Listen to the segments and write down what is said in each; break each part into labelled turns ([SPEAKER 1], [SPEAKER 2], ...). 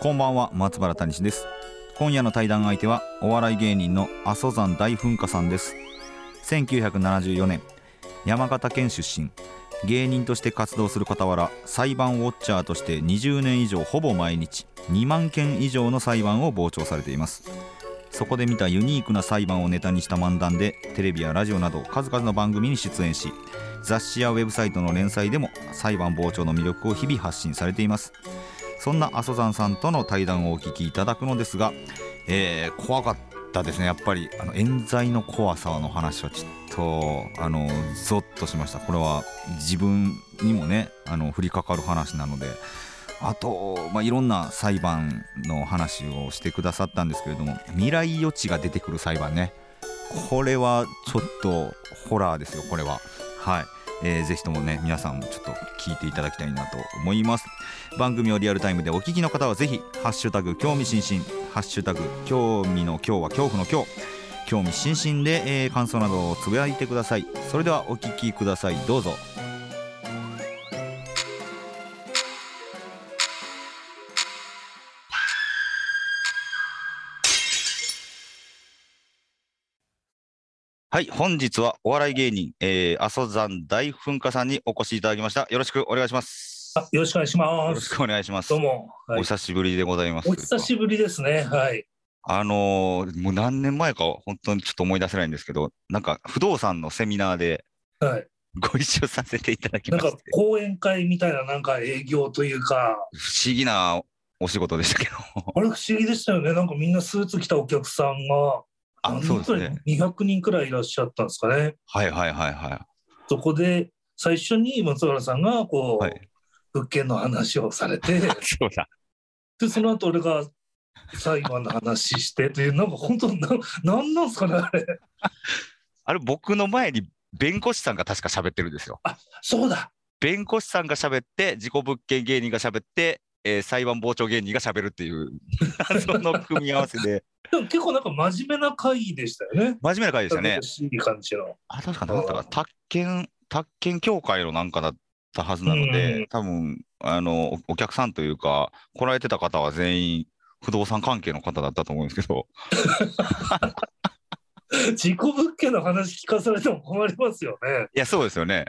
[SPEAKER 1] こんばんは松原谷志です今夜の対談相手はお笑い芸人の阿蘇山大噴火さんです1974年山形県出身芸人として活動する傍ら裁判ウォッチャーとして20年以上ほぼ毎日2万件以上の裁判を傍聴されていますそこで見たユニークな裁判をネタにした漫談でテレビやラジオなど数々の番組に出演し雑誌やウェブサイトの連載でも裁判傍聴の魅力を日々発信されていますそんな阿蘇山さんとの対談をお聞きいただくのですが、えー怖かったですねやっぱりあの冤罪の怖さの話はちょっとあのゾッとしましたこれは自分にもねあの降りかかる話なのであと、まあ、いろんな裁判の話をしてくださったんですけれども未来予知が出てくる裁判ねこれはちょっとホラーですよこれははい、えーぜひともね皆さんもちょっと聞いていただきたいなと思います番組をリアルタイムでお聞きの方はぜひ「ハッシュタグ興味津々」「ハッシュタグ興味の今日は恐怖の今日」興味津々で、えー感想などをつぶやいてくださいそれではお聞きくださいどうぞはい本日はお笑い芸人、えー、阿蘇山大噴火さんにお越しいただきましたよろしくお願いします
[SPEAKER 2] あよろしくお願いし
[SPEAKER 1] よ
[SPEAKER 2] ま
[SPEAKER 1] ろし
[SPEAKER 2] す。
[SPEAKER 1] くお願いします
[SPEAKER 2] どうも、はい
[SPEAKER 1] お久しぶりでございます。
[SPEAKER 2] お久しぶりですね。はい。
[SPEAKER 1] あのーもう何年前かは本当にちょっと思い出せないんですけど、なんか不動産のセミナーで
[SPEAKER 2] はい。
[SPEAKER 1] ご一緒させていただき
[SPEAKER 2] な
[SPEAKER 1] ま
[SPEAKER 2] ん
[SPEAKER 1] して
[SPEAKER 2] か、講演会みたいな、なんか営業というか、
[SPEAKER 1] 不思議なお仕事でしたけ ど、
[SPEAKER 2] あれ不思議でしたよね。なんかみんなスーツ着たお客さんが、
[SPEAKER 1] あ、そうですね。
[SPEAKER 2] ね。200人くらいいらっしゃったんですかね。
[SPEAKER 1] はいはいはいは
[SPEAKER 2] そこで、最初に松原さんが、こう、
[SPEAKER 1] はい
[SPEAKER 2] 物件の話をさ れて、
[SPEAKER 1] い。そうだ。
[SPEAKER 2] で、その後俺が、裁判の話してという、なんか本当な、なんなんですかね、あれ。
[SPEAKER 1] あれ、僕の前に弁護士さんが確か喋ってるんですよ。
[SPEAKER 2] そうだ
[SPEAKER 1] 弁護士さんが喋って、自己物件芸人が喋って、えー裁判傍聴芸人が喋るって いう謎の組み合わせで、
[SPEAKER 2] でも結構なんか真面目な会議でしたよね。
[SPEAKER 1] 真面目な回でしたね
[SPEAKER 2] 楽。しい感じの。
[SPEAKER 1] あ、確かなんだったかな、宅建、宅建協会のなんかだったはずなの
[SPEAKER 2] うんう
[SPEAKER 1] で
[SPEAKER 2] ん、
[SPEAKER 1] 多分あのおお客さんというか、来られてた方は全員、不動産関係の方だったと思うんですけど、
[SPEAKER 2] 事故物件の話聞かされても困りますよね。
[SPEAKER 1] いや、そうですよ ね。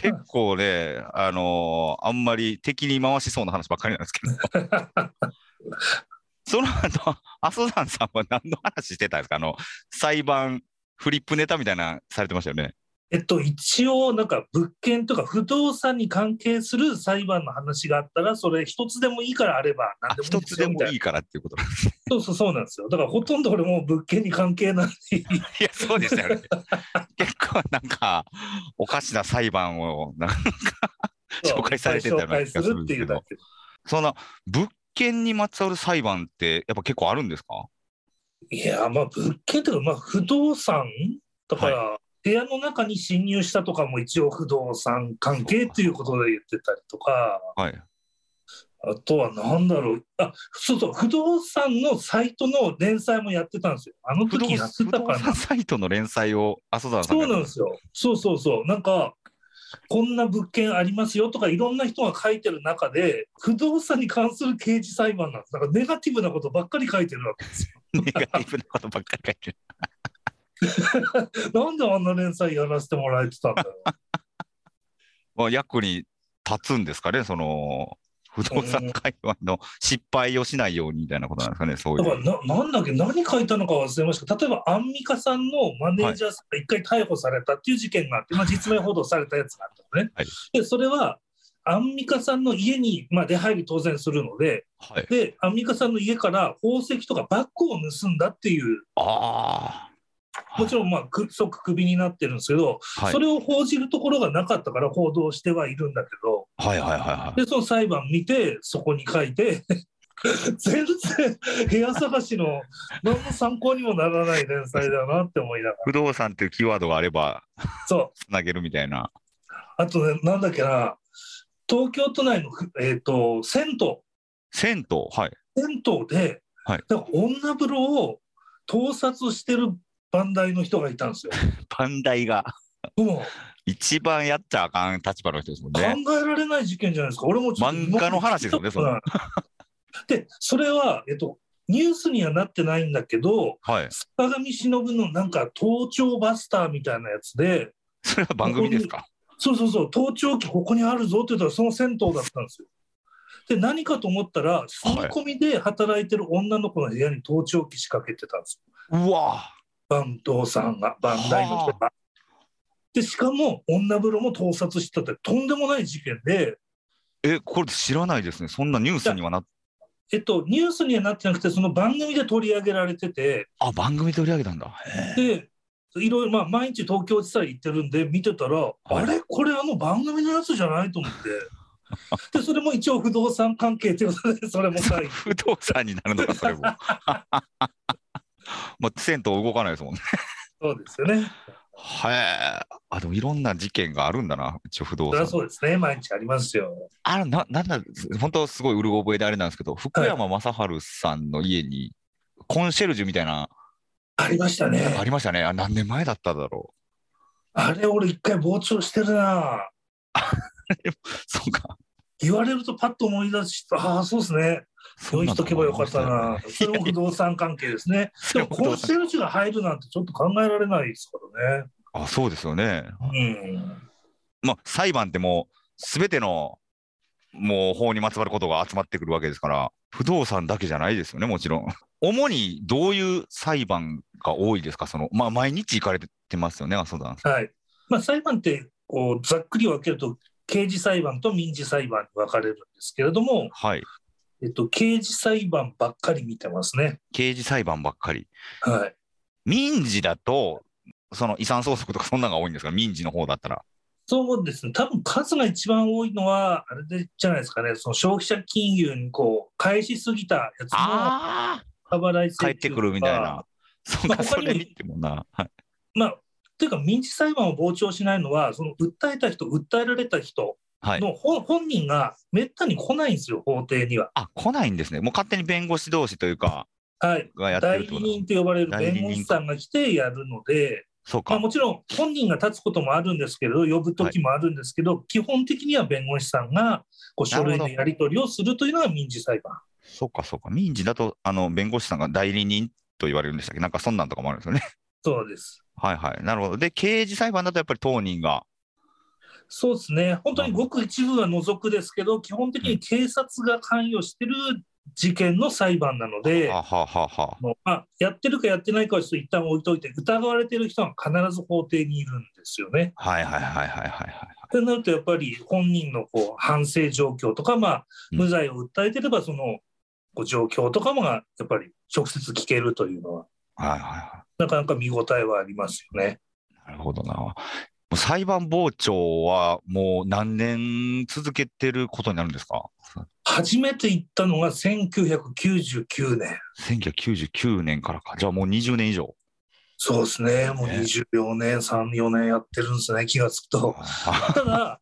[SPEAKER 1] 結構ね、あのあんまり敵に回しそうな話ばっかりなんですけど。 その後、阿蘇山さんは何の話してたんですかあの、裁判、フリップネタみたいな、されてましたよね。
[SPEAKER 2] えっと、一応、なんか物件とか不動産に関係する裁判の話があったら、それ一つでもいいからあれば、
[SPEAKER 1] あ
[SPEAKER 2] 何でもい
[SPEAKER 1] 一
[SPEAKER 2] い
[SPEAKER 1] つ
[SPEAKER 2] です
[SPEAKER 1] で
[SPEAKER 2] よみ
[SPEAKER 1] も
[SPEAKER 2] たい
[SPEAKER 1] い
[SPEAKER 2] な。
[SPEAKER 1] いからっていうこと
[SPEAKER 2] そうそうそうなんですよ。だからほとんど俺もう物件に関係ない。
[SPEAKER 1] いや、そうでしたよ ね。結構なんか、おかしな裁判を、なんか紹介されてたよう
[SPEAKER 2] 紹
[SPEAKER 1] な
[SPEAKER 2] 介
[SPEAKER 1] 気
[SPEAKER 2] す
[SPEAKER 1] がする
[SPEAKER 2] る
[SPEAKER 1] ん
[SPEAKER 2] っ
[SPEAKER 1] で
[SPEAKER 2] て
[SPEAKER 1] すけ
[SPEAKER 2] いうだ
[SPEAKER 1] ど、
[SPEAKER 2] け。
[SPEAKER 1] そんな物件にまつわる裁判って、やっぱ結構あるんですか
[SPEAKER 2] いや、まあ物件というか、まあ不動産だから、部屋の中に侵入したとかも一応不動産関係っていうことで言ってたりとか。
[SPEAKER 1] はい。
[SPEAKER 2] あとは何だろう、あそうそう、不動産のサイトの連載もやってたんですよ。あの
[SPEAKER 1] 不動
[SPEAKER 2] 時やって
[SPEAKER 1] 不
[SPEAKER 2] た
[SPEAKER 1] 動
[SPEAKER 2] から
[SPEAKER 1] 産
[SPEAKER 2] な。
[SPEAKER 1] サイトの連載を、あ、そうだ、
[SPEAKER 2] そうなんですよ。そうそうそう。なんか、こんな物件ありますよとか、いろんな人が書いてる中で、不動産に関する刑事裁判なんです。だからネガティブなことばっかり書いてるわけです
[SPEAKER 1] ネガティブなことばっかり書いてる。
[SPEAKER 2] よ。なんであんな連載やらせてもらえてたんだろう。
[SPEAKER 1] まあ、役に立つんですかね、その、不動産界隈の失敗をしないようにみたいなことなんですかね、そう
[SPEAKER 2] だか
[SPEAKER 1] い
[SPEAKER 2] ら
[SPEAKER 1] う。
[SPEAKER 2] な、なんだっけ、何書いたのか忘れました。例えば、アンミカさんのマネージャーさんが一回逮捕されたっていう事件があって、まあ、実名報道されたやつがあったのね。
[SPEAKER 1] はい
[SPEAKER 2] で、それは、アンミカさんの家に、まあ、出入り当然するので、
[SPEAKER 1] はい。
[SPEAKER 2] で、アンミカさんの家から宝石とかバッグを盗んだっていう
[SPEAKER 1] ああ。
[SPEAKER 2] もちろん、まあ、く即クビになってるんですけど、
[SPEAKER 1] はい
[SPEAKER 2] それを報じるところがなかったから報道してはいるんだけど、
[SPEAKER 1] はいはいはいはい
[SPEAKER 2] で、その裁判見て、そこに書いて、 全然部屋探しの何の参考にもならない連載だなって思いながら。
[SPEAKER 1] 不動産っていうキーワードがあれば
[SPEAKER 2] そう。
[SPEAKER 1] つなげるみたいな
[SPEAKER 2] あとね、なんだっけな、東京都内の、えー、と銭
[SPEAKER 1] 銭湯はい
[SPEAKER 2] 湯、銭湯で、
[SPEAKER 1] はい
[SPEAKER 2] なんか女風呂を盗撮してる番台の人がいた んですよ。
[SPEAKER 1] 番台が
[SPEAKER 2] も
[SPEAKER 1] 一番やっちゃあかん立場の人ですもん
[SPEAKER 2] う
[SPEAKER 1] ね
[SPEAKER 2] 考えられない事件じゃないですか、俺もちょっと
[SPEAKER 1] 漫画の話ですよねそれ
[SPEAKER 2] うん で、それは、えっと、ニュースにはなってないんだけど、
[SPEAKER 1] はい
[SPEAKER 2] 坂上忍のなんか盗聴バスターみたいなやつで、
[SPEAKER 1] それは番組ですか
[SPEAKER 2] そうそうそう、盗聴器ここにあるぞって言ったら、その銭湯だったんですよ。で、何かと思ったら、住み込みで働いてる女の子の部屋に盗聴器仕掛けてたんですよ。
[SPEAKER 1] うわ
[SPEAKER 2] 番頭さんが、番台の人が。で、しかも、女風呂も盗撮してたって、とんでもない事件で、
[SPEAKER 1] えこれ知らないですねそんなニュースにはな
[SPEAKER 2] えっと、ニュースにはなってなくて、その番組で取り上げられてて、
[SPEAKER 1] あ番組取り上げたんだへえ
[SPEAKER 2] で、いろいろ、まあ、毎日東京地裁行ってるんで、見てたら、あれこれあの番組のやつじゃないと思 って。で、それも一応不動産関係ということで、それも書い て。
[SPEAKER 1] 不動産になるのかそれも まあ銭湯動かないですもんね
[SPEAKER 2] そうですよね。
[SPEAKER 1] はい、あでもいろんな事件があるんだな、一応不動
[SPEAKER 2] そりゃ
[SPEAKER 1] 産。
[SPEAKER 2] そうですね。毎日ありますよ。
[SPEAKER 1] あらななんだ、本当すごいうる覚えであれなんですけど、福山雅治さんの家にコンシェルジュみたいな、
[SPEAKER 2] ありましたね。
[SPEAKER 1] ありましたね。あ何年前だっただろ
[SPEAKER 2] あれ、俺一回傍聴してるな。
[SPEAKER 1] う。そうか。
[SPEAKER 2] 言われるとパッと思い出して、ああ、そうですね。
[SPEAKER 1] そう
[SPEAKER 2] 用意しとけばよかったな。それも
[SPEAKER 1] い
[SPEAKER 2] 不動産関係ですね。でも、コンシェルジュが入るなんてちょっと考えられないですからね。
[SPEAKER 1] あそうですよね。
[SPEAKER 2] うん。
[SPEAKER 1] まあ、裁判ってもう、すべてのもう法にまつわることが集まってくるわけですから、不動産だけじゃないですよね、もちろん。主にどういう裁判が多いですか、そのまあ、毎日行かれてますよね、阿蘇山さん。
[SPEAKER 2] はいまあ、裁判ってこうざっくり分けると刑事裁判と民事裁判に分かれるんですけれども、
[SPEAKER 1] はい。
[SPEAKER 2] えっと、刑事裁判ばっかり見てますね。
[SPEAKER 1] 刑事裁判ばっかり。
[SPEAKER 2] はい、
[SPEAKER 1] 民事だと、その遺産相続とかそんなのが多いんですか、民事の方だったら。
[SPEAKER 2] そうですね多分数が一番多いのはあれでじゃないですかねその消費者金融にこう返しすぎたやつの
[SPEAKER 1] ああ
[SPEAKER 2] 過払い請求とか
[SPEAKER 1] 帰ってくるみたいな。。そん
[SPEAKER 2] ま
[SPEAKER 1] か、
[SPEAKER 2] あ
[SPEAKER 1] そ
[SPEAKER 2] 他にも
[SPEAKER 1] れ見てもな。はい、
[SPEAKER 2] まあというか民事裁判を傍聴しないのはその訴えた人訴えられた人
[SPEAKER 1] はい。
[SPEAKER 2] の本,、本人がめったに来ないんですよ法廷には。
[SPEAKER 1] あ、来ないんですね。もう勝手に弁護士同士というか、
[SPEAKER 2] はい、
[SPEAKER 1] がやって
[SPEAKER 2] 代
[SPEAKER 1] るっ
[SPEAKER 2] 理
[SPEAKER 1] てことだ
[SPEAKER 2] 人と呼ばれる
[SPEAKER 1] 代理
[SPEAKER 2] 弁
[SPEAKER 1] 人
[SPEAKER 2] 護士さんが来てやるので、
[SPEAKER 1] そう
[SPEAKER 2] まあ、
[SPEAKER 1] か。
[SPEAKER 2] もちろん本人が立つこともあるんですけれど、呼ぶ時もあるんですけど、基本的には弁護士さんがこう書
[SPEAKER 1] なる
[SPEAKER 2] 類
[SPEAKER 1] ほ
[SPEAKER 2] の
[SPEAKER 1] ど
[SPEAKER 2] やり取りをするというのが民事裁判。
[SPEAKER 1] そうか、そうか。民事だと、あの、弁護士さんが代理人と言われるんでしたっけなんか、そんなんとかもあるんですよね。
[SPEAKER 2] そうです。
[SPEAKER 1] はいはい。なるほど。で、刑事裁判だとやっぱり当人が。
[SPEAKER 2] そうですね、本当にごく一部が除くですけど、基本的に警察が関与してる事件の裁判なので、
[SPEAKER 1] はあ、はあはあはあ、
[SPEAKER 2] もうまあ、やってるかやってないかはちょっと一旦置いといて、疑われてる人は必ず法廷にいるんですよね。
[SPEAKER 1] はいはいはいはいはいはい。
[SPEAKER 2] ってなるとやっぱり本人のこう反省状況とか、まあ、
[SPEAKER 1] うん
[SPEAKER 2] 無罪を訴えてればそのこう状況とかもがやっぱり直接聞けるというのは
[SPEAKER 1] はいはいはい。
[SPEAKER 2] なかなか見応えはありますよね。
[SPEAKER 1] なるほどな。もう裁判傍聴はもう何年続けてることになるんですか
[SPEAKER 2] 初めて行ったのが1999年
[SPEAKER 1] ?1999 年からか。じゃあもう20年以上。
[SPEAKER 2] そうですねもう
[SPEAKER 1] ね
[SPEAKER 2] 24年34年やってるんですね気がつく と。
[SPEAKER 1] は
[SPEAKER 2] ただ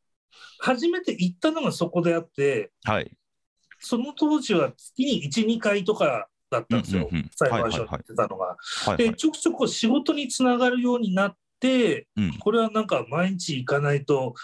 [SPEAKER 2] 初めて行ったのがそこであって
[SPEAKER 1] い。
[SPEAKER 2] その当時は月に12回とかだったんですよ、
[SPEAKER 1] うんうんうん
[SPEAKER 2] 裁判所に
[SPEAKER 1] はいはいは
[SPEAKER 2] 行
[SPEAKER 1] い
[SPEAKER 2] ってたのが。
[SPEAKER 1] はい、は
[SPEAKER 2] で
[SPEAKER 1] い。
[SPEAKER 2] ちょくちょくこう仕事につながるようになって、
[SPEAKER 1] うん
[SPEAKER 2] これはなんか毎日行かないと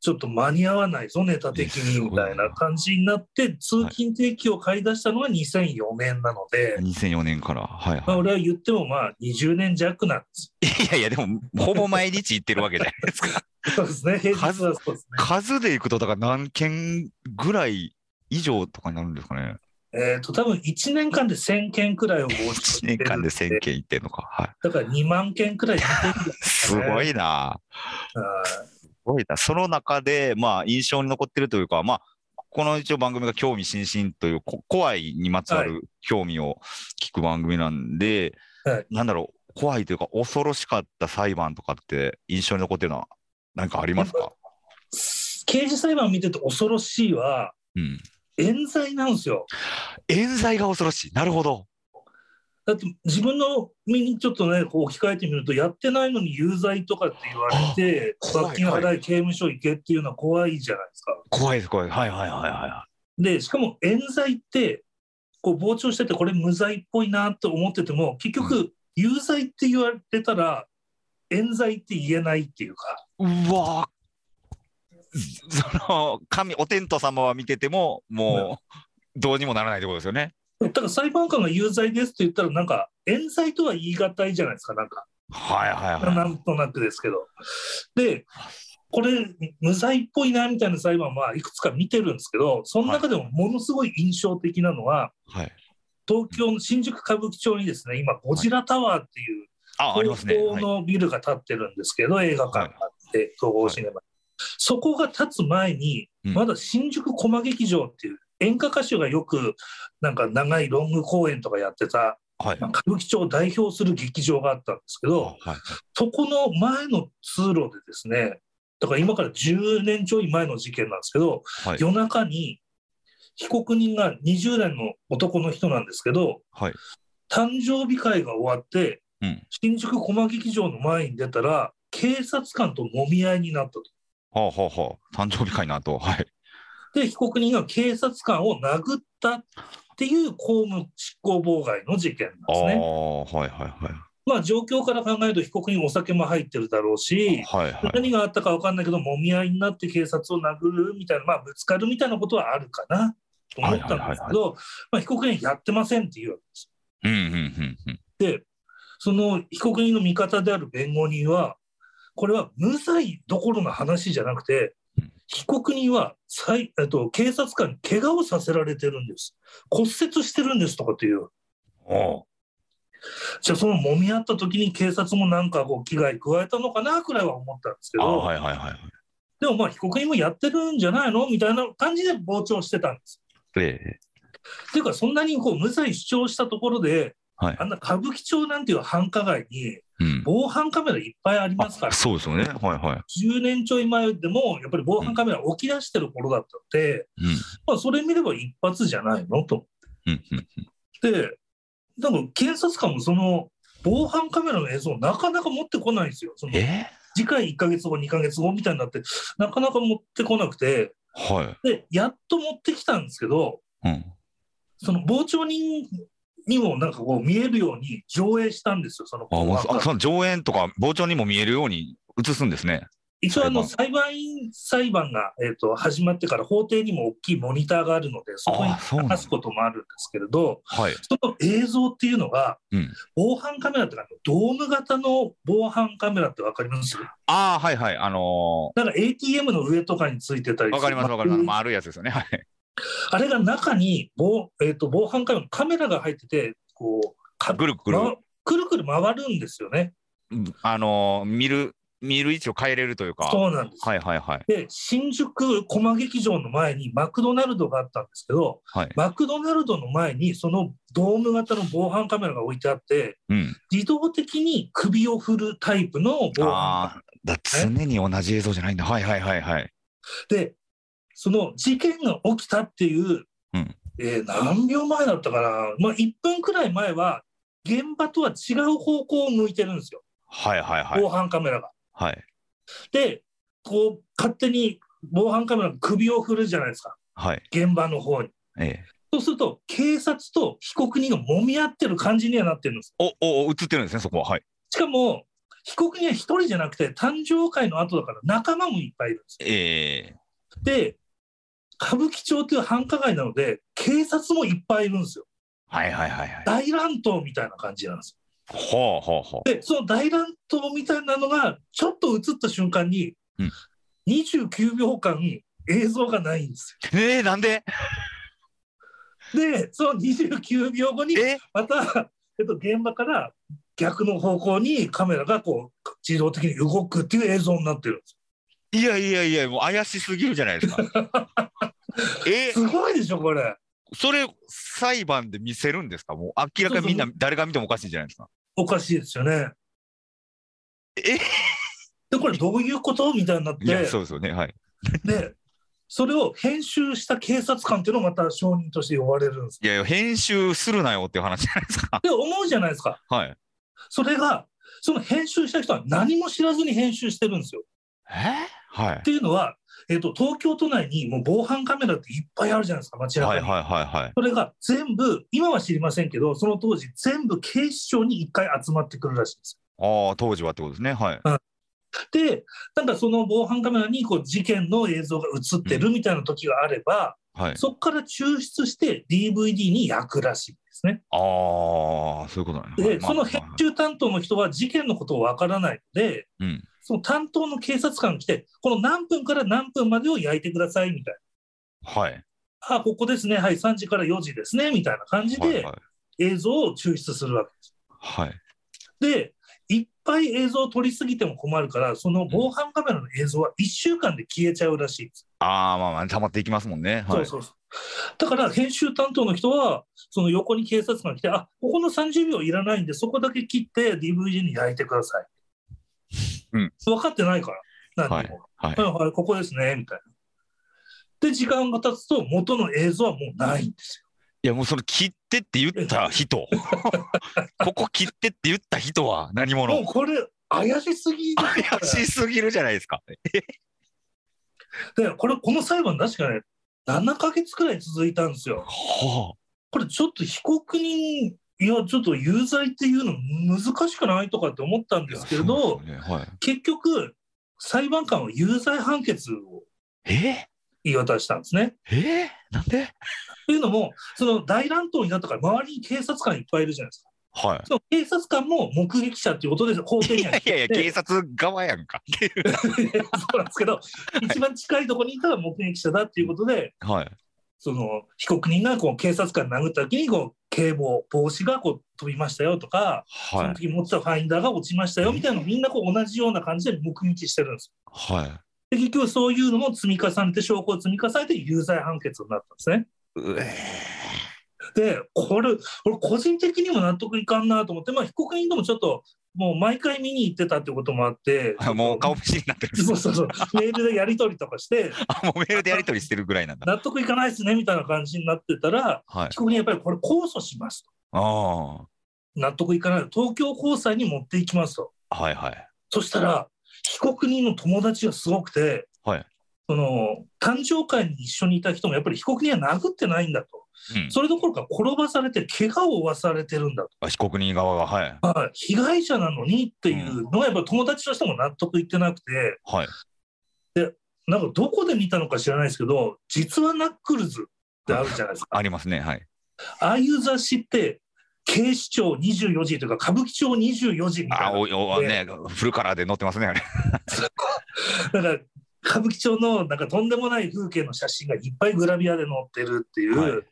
[SPEAKER 2] ちょっと間に合わないぞネタ的
[SPEAKER 1] えす
[SPEAKER 2] に
[SPEAKER 1] ごい
[SPEAKER 2] みたいな感じになって通勤定期を買い出したのが2004年なので、
[SPEAKER 1] 2004年から。はい
[SPEAKER 2] まあ、
[SPEAKER 1] はい。
[SPEAKER 2] 俺は言ってもまあ20年弱なんです
[SPEAKER 1] いやいや、でも、ほぼ毎日行ってるわけじゃないですか。
[SPEAKER 2] そうですね平日はそうです
[SPEAKER 1] 数で行くと、だから何件ぐらい以上とかになるんですかね。
[SPEAKER 2] ねえっ、と多分1年間で1000件くらいを募集して
[SPEAKER 1] 1
[SPEAKER 2] る
[SPEAKER 1] 年間で1000件行ってるのか。はい。
[SPEAKER 2] だから2万件くらい見てるんだ
[SPEAKER 1] すごいな。すごいな。その中で、まあ、印象に残ってるというか、まあ、この一応番組が興味津々という、こ怖いにまつわる興味を聞く番組なんで、
[SPEAKER 2] はい
[SPEAKER 1] なんだろう、怖いというか、恐ろしかった裁判とかって、印象に残ってるのは、何かありますか、
[SPEAKER 2] 刑事裁判見てて恐ろしいは、
[SPEAKER 1] うん、
[SPEAKER 2] 冤罪なんですよ。
[SPEAKER 1] 冤罪が恐ろしい、なるほど。
[SPEAKER 2] だって自分の身にちょっとね、こう置き換えてみると、やってないのに有罪とかって言われて、
[SPEAKER 1] あ怖い
[SPEAKER 2] 罰金払い刑務所行けっていうのは怖いじゃないですか。
[SPEAKER 1] 怖いです、怖い。はいはいはいは
[SPEAKER 2] で、しかも冤罪って、こう膨張してて、これ無罪っぽいなと思ってても、結局、有罪って言われたら、冤罪って言えないっていうか、
[SPEAKER 1] い。うわーその神お天道様は見ててももうどうにもならないってことですよね。
[SPEAKER 2] だから裁判官が有罪ですって言ったら、なんか、冤罪とは言い難いじゃないですか、なんか、
[SPEAKER 1] はいはい
[SPEAKER 2] な
[SPEAKER 1] はい。
[SPEAKER 2] んとなくですけど。で、これ、無罪っぽいなみたいな裁判はいくつか見てるんですけど、その中でもものすごい印象的なのは、
[SPEAKER 1] はい、
[SPEAKER 2] 東京の新宿歌舞伎町にですね、今、ゴジラタワーっていう、
[SPEAKER 1] あありますね。
[SPEAKER 2] 東
[SPEAKER 1] はい
[SPEAKER 2] 宝のビルが建ってるんですけど、映画館があって、東宝シネマ、そこが建つ前に、
[SPEAKER 1] うん
[SPEAKER 2] まだ新宿駒劇場っていう、演歌歌手がよく、なんか長いロング公演とかやってた、
[SPEAKER 1] はい
[SPEAKER 2] まあ歌舞伎町を代表する劇場があったんですけど、
[SPEAKER 1] はい
[SPEAKER 2] そこの前の通路でですね、だから今から10年ちょい前の事件なんですけど、
[SPEAKER 1] はい
[SPEAKER 2] 夜中に被告人が20代の男の人なんですけど、
[SPEAKER 1] はい
[SPEAKER 2] 誕生日会が終わって、
[SPEAKER 1] うん
[SPEAKER 2] 新宿駒劇場の前に出たら警察官と揉み合いになったと。
[SPEAKER 1] はあはあはあ誕生日会の後はい
[SPEAKER 2] で被告人が警察官を殴ったっていう公務執行妨害の事件なん
[SPEAKER 1] あ
[SPEAKER 2] ですね。
[SPEAKER 1] あはいはいはい
[SPEAKER 2] まあ状況から考えると被告人お酒も入ってるだろうし、
[SPEAKER 1] はいはい。
[SPEAKER 2] 何があったか分かんないけど、もみ合いになって警察を殴るみたいな、まあ、ぶつかるみたいなことはあるかなと思ったんです
[SPEAKER 1] はいはいは
[SPEAKER 2] け
[SPEAKER 1] い
[SPEAKER 2] ど、まあ被告人やってませんっていうわけです。
[SPEAKER 1] うんうんうんうん。
[SPEAKER 2] で、その被告人の味方である弁護人は、これは無罪どころの話じゃなくて
[SPEAKER 1] うん、
[SPEAKER 2] 被告人は最えっと警察官に怪我をさせられてるんです、骨折してるんですとかっていう、
[SPEAKER 1] おう
[SPEAKER 2] じゃあ、そのもみ合った時に警察もなんかこう危害加えたのかなくらいは思ったんですけ
[SPEAKER 1] あ
[SPEAKER 2] ど。
[SPEAKER 1] はいはいはい。
[SPEAKER 2] でもまあ被告人もやってるんじゃないのみたいな感じで傍聴してたんです。
[SPEAKER 1] ええ
[SPEAKER 2] っていうかそんなにこう無罪主張したところで
[SPEAKER 1] はい
[SPEAKER 2] あ。んな歌舞伎町なんていう繁華街に
[SPEAKER 1] うん。
[SPEAKER 2] 防犯カメラいっぱいありますから
[SPEAKER 1] そうですよね。はいは
[SPEAKER 2] 10年ちょい前でもやっぱり防犯カメラ起き出してる頃だったので、
[SPEAKER 1] い。うん
[SPEAKER 2] まあ、それ見れば一発じゃないのと。
[SPEAKER 1] うんうん。
[SPEAKER 2] でなんか検察官もその防犯カメラの映像をなかなか持ってこないんですよ。その
[SPEAKER 1] え
[SPEAKER 2] 次回1ヶ月後2ヶ月後みたいになってなかなか持ってこなくて
[SPEAKER 1] は
[SPEAKER 2] でやっと持ってきたんですけど
[SPEAKER 1] い。うん。
[SPEAKER 2] その傍聴人にもなんかこう見えるように上映したんですよ、その
[SPEAKER 1] あ、まあ、
[SPEAKER 2] 公判
[SPEAKER 1] あ
[SPEAKER 2] が
[SPEAKER 1] その上演とか傍聴にも見えるように映すんですね。
[SPEAKER 2] 一応あの裁判員裁判が、えー、と始まってから法廷にも大きいモニターがあるので、そこに
[SPEAKER 1] あそうなんだ
[SPEAKER 2] 流すこともあるんですけれど、
[SPEAKER 1] はい。
[SPEAKER 2] その映像っていうのが、
[SPEAKER 1] うん。
[SPEAKER 2] 防犯カメラっていうか、ドーム型の防犯カメラって分かります
[SPEAKER 1] ああ、はいはい。あの
[SPEAKER 2] なんか ATM の上とかについてたり
[SPEAKER 1] ー、わかりますわかります。あの
[SPEAKER 2] あ
[SPEAKER 1] 丸いやつですよね。はい。
[SPEAKER 2] あれが中に防,、えー、と防犯カメラカメラが入ってて、こうか
[SPEAKER 1] ぐるぐる
[SPEAKER 2] ま、くるくる回るんですよね。
[SPEAKER 1] あのー、見る、見る位置を変えれるというか。
[SPEAKER 2] そうなんです。
[SPEAKER 1] はいはいはい。
[SPEAKER 2] で新宿駒劇場の前にマクドナルドがあったんですけど
[SPEAKER 1] はい。
[SPEAKER 2] マクドナルドの前にそのドーム型の防犯カメラが置いてあって
[SPEAKER 1] うん。
[SPEAKER 2] 自動的に首を振るタイプの防犯
[SPEAKER 1] ああ、だ常に同じ映像じゃないんだ。はいはいはいはい。
[SPEAKER 2] カメラでその事件が起きたっていう、
[SPEAKER 1] うん
[SPEAKER 2] えー何秒前だったかな、まあ、1分くらい前は現場とは違う方向を向いてるんですよ
[SPEAKER 1] はいはいはい
[SPEAKER 2] 防。犯カメラが。
[SPEAKER 1] はい。
[SPEAKER 2] でこう勝手に防犯カメラが首を振るじゃないですか
[SPEAKER 1] はい。
[SPEAKER 2] 現場の方に。
[SPEAKER 1] ええ。
[SPEAKER 2] そうすると、警察と被告人が揉み合ってる感じにはなってるんです。
[SPEAKER 1] お、お、お映ってるんですね、そこは。はい。
[SPEAKER 2] しかも、被告人は一人じゃなくて、誕生会の後だから仲間もいっぱいいるんですよ。
[SPEAKER 1] ええ
[SPEAKER 2] で、歌舞伎町という繁華街なので、警察もいっぱいいるんですよ。
[SPEAKER 1] はいはいはいはい。
[SPEAKER 2] 大乱闘みたいな感じなんです
[SPEAKER 1] ほうほうほ
[SPEAKER 2] よ。で、その大乱闘みたいなのが、ちょっと映った瞬間に、
[SPEAKER 1] うん
[SPEAKER 2] 29秒間映像がないんです
[SPEAKER 1] う。ええなんで
[SPEAKER 2] よ。で、その29秒後に、
[SPEAKER 1] え
[SPEAKER 2] また、えっと、現場から逆の方向にカメラがこう自動的に動くっていう映像になってるんで
[SPEAKER 1] いやいやいや、もう怪しすぎるじゃないですか。 え
[SPEAKER 2] すよ。すごいでしょ、これ。
[SPEAKER 1] それ裁判で見せるんですかもう明らかにみんな誰が見てもおかしいじゃないですか。
[SPEAKER 2] おかしいですよね。
[SPEAKER 1] え
[SPEAKER 2] でこれどういうことみたいになって
[SPEAKER 1] いや、そうですよね。はい。
[SPEAKER 2] でそれを編集した警察官っていうのがまた証人として呼ばれるんです。
[SPEAKER 1] いやいや、編集するなよっていう話じゃないですか。
[SPEAKER 2] で思うじゃないですか。
[SPEAKER 1] はい。
[SPEAKER 2] それがその編集した人は何も知らずに編集してるんですよ。
[SPEAKER 1] えはい
[SPEAKER 2] っ。ていうのは、えっと東京都内にもう防犯カメラっていっぱいあるじゃないですか街中
[SPEAKER 1] は
[SPEAKER 2] に。
[SPEAKER 1] いはいはいはい。
[SPEAKER 2] それが全部今は知りませんけどその当時全部警視庁に一回集まってくるらしいんですよ
[SPEAKER 1] ああ、当時はってことですね。はい。
[SPEAKER 2] で、なんかその防犯カメラにこう事件の映像が映ってるみたいな時があれば、
[SPEAKER 1] はい。
[SPEAKER 2] そこから抽出して DVD に焼くらしいんですね。
[SPEAKER 1] ああ、そういうことなん
[SPEAKER 2] で、
[SPEAKER 1] ねはいまあ
[SPEAKER 2] その編集担当の人は事件のことをわからないので、
[SPEAKER 1] うん。
[SPEAKER 2] その担当の警察官が来て、この何分から何分までを焼いてくださいみたい
[SPEAKER 1] はい。
[SPEAKER 2] な。あ、ここですね、はい、3時から4時ですね、みたいな感じ
[SPEAKER 1] はい
[SPEAKER 2] で
[SPEAKER 1] はい。
[SPEAKER 2] 映像を抽出するわけです。
[SPEAKER 1] はい。
[SPEAKER 2] で、いっぱい映像を撮りすぎても困るから、その防犯カメラの映像は1週間で消えちゃうらしいです。
[SPEAKER 1] ああ、まあまあ、溜まっていきますもんね。
[SPEAKER 2] そ
[SPEAKER 1] は
[SPEAKER 2] う
[SPEAKER 1] い。
[SPEAKER 2] そうそうだから編集担当の人は、その横に警察官が来て、あここの30秒いらないんで、そこだけ切って DVD に焼いてください。
[SPEAKER 1] うん、
[SPEAKER 2] 分かってないから、何にも。
[SPEAKER 1] はい。
[SPEAKER 2] はい、はい、ここですね、みたいな。で、時間が経つと、元の映像はもうないんです
[SPEAKER 1] いや、もうその切ってって言った 人。ここ切ってって言った人は何
[SPEAKER 2] よ。もう
[SPEAKER 1] 者
[SPEAKER 2] これ、怪しすぎ怪
[SPEAKER 1] 怪しすぎるじゃないですか。
[SPEAKER 2] で、これ、この裁判、確かね、7ヶ月くらい続いたんですよ。
[SPEAKER 1] は
[SPEAKER 2] これ、ちょっと被告人、いや、ちょっと有罪っていうの難しくないとかって思ったん
[SPEAKER 1] あ。
[SPEAKER 2] ですけれど、
[SPEAKER 1] そうですよねはい。
[SPEAKER 2] 結局、裁判官は有罪判決を
[SPEAKER 1] え
[SPEAKER 2] 言い渡したんですね。
[SPEAKER 1] えなんで
[SPEAKER 2] というのも、その大乱闘になったから、周りに警察官いっぱいいるじゃないですか。
[SPEAKER 1] は
[SPEAKER 2] その警察官も目撃者っていうことです、法
[SPEAKER 1] い。
[SPEAKER 2] 廷
[SPEAKER 1] い
[SPEAKER 2] には
[SPEAKER 1] やいやいや、
[SPEAKER 2] で
[SPEAKER 1] 警察側やんか。
[SPEAKER 2] そうなんですけど、一番近いところにいたら目撃者だっていうことで、
[SPEAKER 1] はい。
[SPEAKER 2] その被告人がこう警察官殴った時にこう警棒、帽子がこう飛びましたよとか、そ
[SPEAKER 1] は
[SPEAKER 2] の
[SPEAKER 1] い。
[SPEAKER 2] 時持ってたファインダーが落ちましたよみたいなのをみんなこう同じような感じで目撃してるんですよ
[SPEAKER 1] はい。
[SPEAKER 2] で結局そういうのも積み重ねて証拠を積み重ねて有罪判決になったんですね。
[SPEAKER 1] うえ
[SPEAKER 2] でこれ俺個人的にも納得いかんなと思って、まあ、被告人ともちょっともう毎回見に行ってたってこともあって
[SPEAKER 1] あもう顔見知りになってるんです
[SPEAKER 2] そうそうそうメールでやり取りとかして
[SPEAKER 1] あもうメールでやり取りしてるぐらい なんだ。
[SPEAKER 2] 納得いかないですねみたいな感じになってたら
[SPEAKER 1] はい
[SPEAKER 2] 被。告人やっぱりこれ控訴しますと
[SPEAKER 1] ああ。は
[SPEAKER 2] 納得いかない東京高裁に持っていきますと
[SPEAKER 1] いはい。
[SPEAKER 2] そしたら被告人の友達がすごくて、
[SPEAKER 1] はい
[SPEAKER 2] その誕生会に一緒にいた人もやっぱり被告人は殴ってないんだと。
[SPEAKER 1] うん、
[SPEAKER 2] それどころか転ばされて、怪我を負わされてるんだと、
[SPEAKER 1] あ被告人側が、はい。
[SPEAKER 2] はい被害者なのにっていうのが、やっぱ友達としても納得いってなくて、
[SPEAKER 1] はい。
[SPEAKER 2] なんかどこで見たのか知らないですけど、実はナックルズってあるじゃないですか、
[SPEAKER 1] ありますね。はい。
[SPEAKER 2] ああいう雑誌って、警視庁24時というか、歌舞伎町24時みた
[SPEAKER 1] あ
[SPEAKER 2] いな、
[SPEAKER 1] おお、ね、フルカラーで載ってますね、あれ。
[SPEAKER 2] だから歌舞伎町のなんかとんでもない風景の写真がいっぱいグラビアで載ってるっていう。
[SPEAKER 1] はい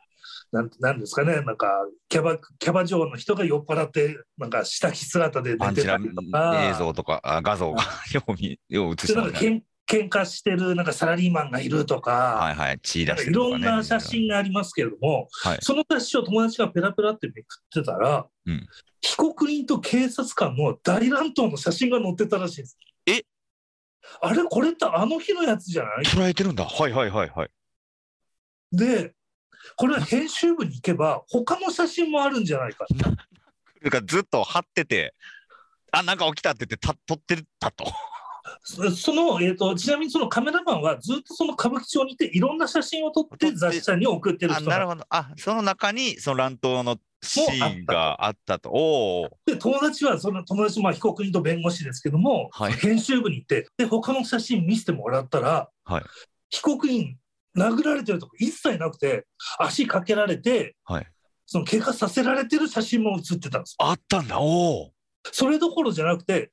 [SPEAKER 2] なんなんですかねなんかキャバキャバ嬢の人が酔っ払ってなんか下着姿で
[SPEAKER 1] パ
[SPEAKER 2] 出
[SPEAKER 1] ン
[SPEAKER 2] て
[SPEAKER 1] チ
[SPEAKER 2] た
[SPEAKER 1] ラ
[SPEAKER 2] りとか
[SPEAKER 1] 映像とか、あ画像がよう見、よう映し
[SPEAKER 2] で
[SPEAKER 1] て
[SPEAKER 2] な
[SPEAKER 1] ます
[SPEAKER 2] んか
[SPEAKER 1] ね。
[SPEAKER 2] けん喧嘩してるなんかサラリーマンがいるとか,、
[SPEAKER 1] はいはい。血
[SPEAKER 2] な
[SPEAKER 1] 出し
[SPEAKER 2] んかい
[SPEAKER 1] てると
[SPEAKER 2] ろ
[SPEAKER 1] か
[SPEAKER 2] ん
[SPEAKER 1] ね。
[SPEAKER 2] な写真がありますけれども、
[SPEAKER 1] はい
[SPEAKER 2] その雑誌を友達がペラペラってめくってたら、
[SPEAKER 1] うん
[SPEAKER 2] 被告人と警察官の大乱闘の写真が載ってたらしいです。
[SPEAKER 1] え
[SPEAKER 2] あれこれってあの日のやつじゃない
[SPEAKER 1] 捉えてるんだ。はいはいはいはい。
[SPEAKER 2] でこれは編集部に行けば他の写真もあるんじゃないか
[SPEAKER 1] なんかずっと張ってて、あ、なんか起きたって言って、た撮ってたと。
[SPEAKER 2] そその、えー、とちなみにそのカメラマンはずっとその歌舞伎町にいていろんな写真を撮って雑誌社に送ってる
[SPEAKER 1] あ、
[SPEAKER 2] 人
[SPEAKER 1] な
[SPEAKER 2] なん
[SPEAKER 1] るほ
[SPEAKER 2] で
[SPEAKER 1] ど。あ、その中に、その乱闘のシーンがあったと。おお。
[SPEAKER 2] で友達はその友達まあ被告人と弁護士ですけども、
[SPEAKER 1] はい
[SPEAKER 2] 編集部に行ってで他の写真見せてもらったら、
[SPEAKER 1] はい
[SPEAKER 2] 被告人殴られてるとこ一切なくて足かけられて、
[SPEAKER 1] はい
[SPEAKER 2] その怪我させられてる写真も写ってたんですよ
[SPEAKER 1] あったんだ。おお。
[SPEAKER 2] それどころじゃなくて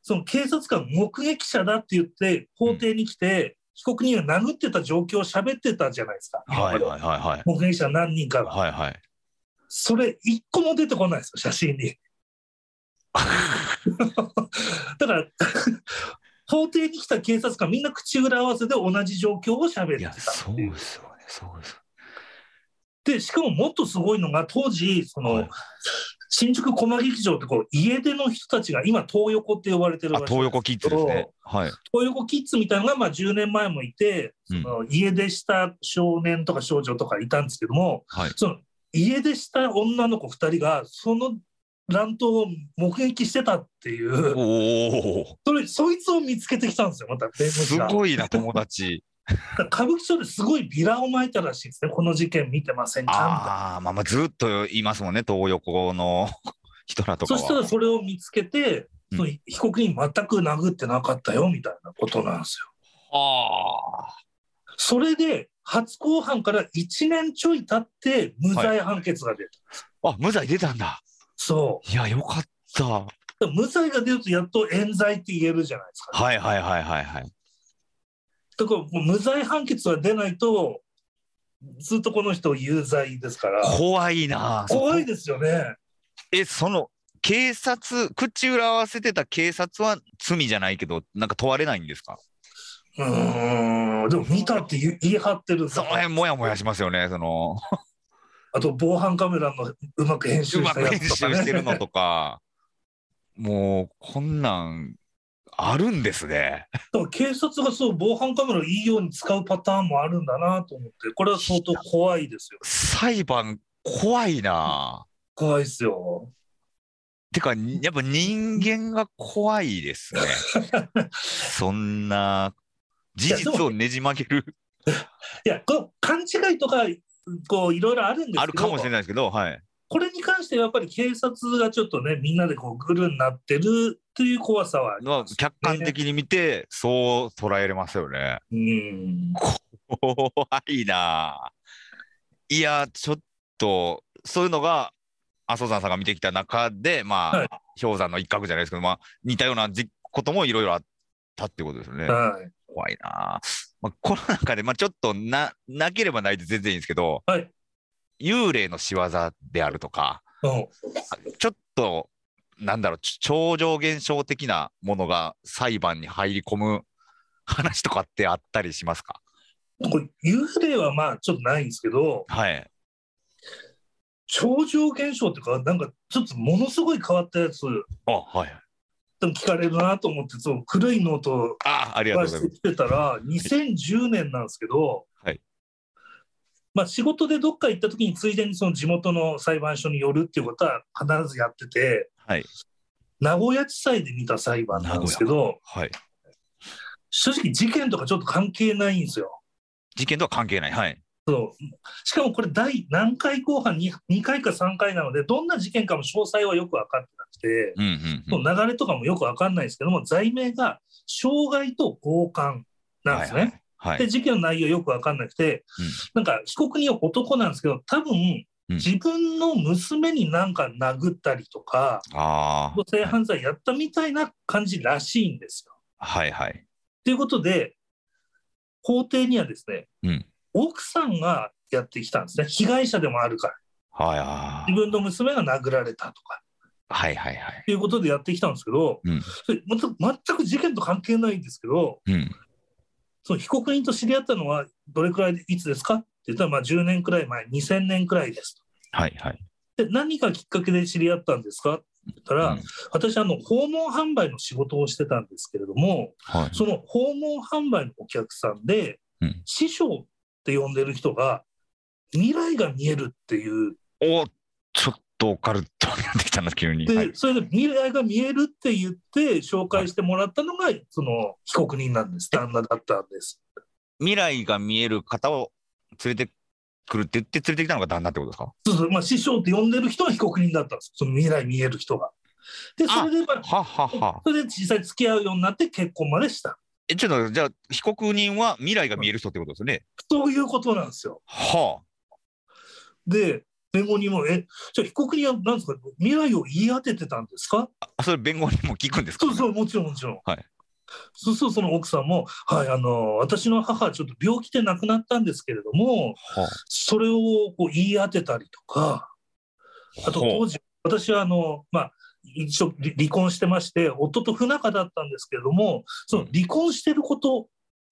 [SPEAKER 2] その警察官目撃者だって言って法廷に来て、被告人が殴ってた状況を喋ってたじゃないですか、
[SPEAKER 1] はい
[SPEAKER 2] 今ま
[SPEAKER 1] はいはいはい
[SPEAKER 2] で。目撃者何人かが、
[SPEAKER 1] はいはい。
[SPEAKER 2] それ一個も出てこないですよ写 真に。だから法廷に来た警察官みんな口裏合わせで同じ状況を喋っ
[SPEAKER 1] い
[SPEAKER 2] てた
[SPEAKER 1] や、そうですよね。そうです。
[SPEAKER 2] でしかももっとすごいのが当時その、
[SPEAKER 1] はい
[SPEAKER 2] 新宿駒劇場ってこう家出の人たちが今東横って呼ばれてる
[SPEAKER 1] あ
[SPEAKER 2] 場所
[SPEAKER 1] 東横キッズですねはい
[SPEAKER 2] 東横キッズみたいなのがまあ10年前もいて、
[SPEAKER 1] うん
[SPEAKER 2] その家出した少年とか少女とかいたんですけども、
[SPEAKER 1] はい
[SPEAKER 2] その家出した女の子2人がその乱闘を目撃してたっていう
[SPEAKER 1] おお
[SPEAKER 2] それそいつを見つけてきたんですよまた弁護士
[SPEAKER 1] す
[SPEAKER 2] が
[SPEAKER 1] ごいな友達
[SPEAKER 2] だから歌舞伎町ですごいビラをまいたらしいですねこの事件見てませんかみたいな。
[SPEAKER 1] ああまあまあずっといますもんね東横の人らとか
[SPEAKER 2] そした
[SPEAKER 1] は
[SPEAKER 2] らそれを見つけて、
[SPEAKER 1] うん
[SPEAKER 2] その被告人全く殴ってなかったよみたいなことなんですよ。
[SPEAKER 1] ああ
[SPEAKER 2] それで初公判から1年ちょい経って無罪判決が出る、
[SPEAKER 1] あ無罪出たんだ
[SPEAKER 2] そ
[SPEAKER 1] いやよかったは
[SPEAKER 2] う無罪が出るとやっと冤罪って言えるじゃないですか、
[SPEAKER 1] いはいはいはいはい
[SPEAKER 2] だからもう無罪判決は出ないとずっとこの人有罪ですから
[SPEAKER 1] 怖いな
[SPEAKER 2] 怖いですよね
[SPEAKER 1] えその警察口裏合わせてた警察は罪じゃないけどなんか問われないんですか
[SPEAKER 2] うーんでも見たって言い言い張ってるんだ
[SPEAKER 1] その辺もやもやしますよねその
[SPEAKER 2] あと防犯カメラのうまく編
[SPEAKER 1] う
[SPEAKER 2] 集
[SPEAKER 1] ま
[SPEAKER 2] した
[SPEAKER 1] く
[SPEAKER 2] や
[SPEAKER 1] 編集
[SPEAKER 2] つとかね
[SPEAKER 1] してるのとかもうこんなんあるんですね
[SPEAKER 2] だから警察がそう防犯カメラをいいように使うパターンもあるんだなと思って、これは相当怖いですよ。
[SPEAKER 1] 裁判怖いな
[SPEAKER 2] 怖いですよ。
[SPEAKER 1] てかやっぱ人間が怖いですねそんな事実をねじ曲げる
[SPEAKER 2] いや、この勘違いとか、こういろいろあるんですけど、
[SPEAKER 1] あるかもしれないですけどはい
[SPEAKER 2] これに関してはやっぱり警察がちょっとね、みんなでこうグルになってるという怖さはあり
[SPEAKER 1] まあ
[SPEAKER 2] ます。
[SPEAKER 1] 客観的に見てそう捉えれますよね
[SPEAKER 2] うん。
[SPEAKER 1] 怖いなあいやちょっとそういうのが阿蘇山さんが見てきた中でまあ、
[SPEAKER 2] はい
[SPEAKER 1] 氷山の一角じゃないですけどまあ似たようなじこともいろいろあったってことですよね、
[SPEAKER 2] はい。
[SPEAKER 1] 怖いなあ、まあ、この中でまあちょっとななければないで全然いいんですけど、
[SPEAKER 2] はい
[SPEAKER 1] 幽霊の仕業であるとか
[SPEAKER 2] うん
[SPEAKER 1] ちょっとなんだろうち超常現象的なものが裁判に入り込む話とかってあったりしますか
[SPEAKER 2] これ幽霊はまあちょっとないんですけど、
[SPEAKER 1] はい
[SPEAKER 2] 超常現象っていうか、なんかちょっとものすごい変わったやつ、
[SPEAKER 1] あはい
[SPEAKER 2] でも聞かれるなと思って、そう古いノートを
[SPEAKER 1] あ、ありがとう
[SPEAKER 2] は
[SPEAKER 1] ござ
[SPEAKER 2] し
[SPEAKER 1] いま
[SPEAKER 2] て
[SPEAKER 1] す。
[SPEAKER 2] きてたら、2010年なんですけど、
[SPEAKER 1] はい
[SPEAKER 2] まあ、仕事でどっか行った時に、ついでにその地元の裁判所に寄るっていうことは必ずやってて、
[SPEAKER 1] はい。
[SPEAKER 2] 名古屋地裁で見た裁判なんですけど、
[SPEAKER 1] はい。
[SPEAKER 2] 正直、事件とかちょっと関係ないんですよ。
[SPEAKER 1] 事件とは関係ない。はい。
[SPEAKER 2] しかもこれ、第何回後半に、2回か3回なので、どんな事件かも詳細はよく分かってなくて、
[SPEAKER 1] うんうん、うん。
[SPEAKER 2] もう流れとかもよく分かんないですけども、罪名が傷害と強姦なんですね。
[SPEAKER 1] はい。は
[SPEAKER 2] で
[SPEAKER 1] い。
[SPEAKER 2] 事件の内容よく分かんなくて、
[SPEAKER 1] うん
[SPEAKER 2] なんか被告人は男なんですけど多
[SPEAKER 1] う
[SPEAKER 2] 分
[SPEAKER 1] ん
[SPEAKER 2] 自分の娘になんか殴ったりとか、
[SPEAKER 1] あ
[SPEAKER 2] 母性
[SPEAKER 1] あ。
[SPEAKER 2] 犯罪やったみたいな感じらしいんですよ。
[SPEAKER 1] はいはい。
[SPEAKER 2] ということで法廷にはですね、
[SPEAKER 1] うん
[SPEAKER 2] 奥さんがやってきたんですね被害者でもあるから
[SPEAKER 1] はいあー
[SPEAKER 2] 自分の娘が殴られたとか
[SPEAKER 1] はいはいはい。
[SPEAKER 2] ということでやってきたんですけど、
[SPEAKER 1] うん
[SPEAKER 2] それまた全く事件と関係ないんですけど
[SPEAKER 1] うん。
[SPEAKER 2] その被告人と知り合ったのはどれくらいでいつですかって言ったらまあ10年くらい前2000年くらいです
[SPEAKER 1] はいはい。
[SPEAKER 2] で何がきっかけで知り合ったんですかって言ったら、
[SPEAKER 1] うん
[SPEAKER 2] 私あの訪問販売の仕事をしてたんですけれども
[SPEAKER 1] はい。
[SPEAKER 2] その訪問販売のお客さんで、
[SPEAKER 1] うん
[SPEAKER 2] 師匠って呼んでる人が未来が見えるっていう
[SPEAKER 1] おちょっとオカルトになってきたな、急に。
[SPEAKER 2] で、
[SPEAKER 1] はい。
[SPEAKER 2] それで未来が見えるって言って紹介してもらったのが、その被告人なんです旦那だったんです
[SPEAKER 1] 未来が見える方を連れてくるって言って連れてきたのが旦那ってことですか
[SPEAKER 2] そうそう、まあ、師匠って呼んでる人は被告人だったんですその未来見える人がでそれでま
[SPEAKER 1] は
[SPEAKER 2] あ
[SPEAKER 1] はは。
[SPEAKER 2] それで実際付き合うようになって結婚までした
[SPEAKER 1] え、ちょっと、じゃあ、被告人は未来が見える人ってことですよね。
[SPEAKER 2] そういうことなんですよ
[SPEAKER 1] は
[SPEAKER 2] で、弁護人も、え、じゃあ被告人は何ですか、未来を言い当ててたんですか
[SPEAKER 1] あ。あそれ弁護人も聞くんですか
[SPEAKER 2] そうそう、もちろん、もちろん。
[SPEAKER 1] はい
[SPEAKER 2] そうそう、その奥さんも、はい、あの、私の母はちょっと病気で亡くなったんですけれども、
[SPEAKER 1] は
[SPEAKER 2] それをこう言い当てたりとか、あと
[SPEAKER 1] ほう
[SPEAKER 2] 当時、私はあの、まあ、一応離離婚してまして、夫と不仲だったんですけれども、その離婚してること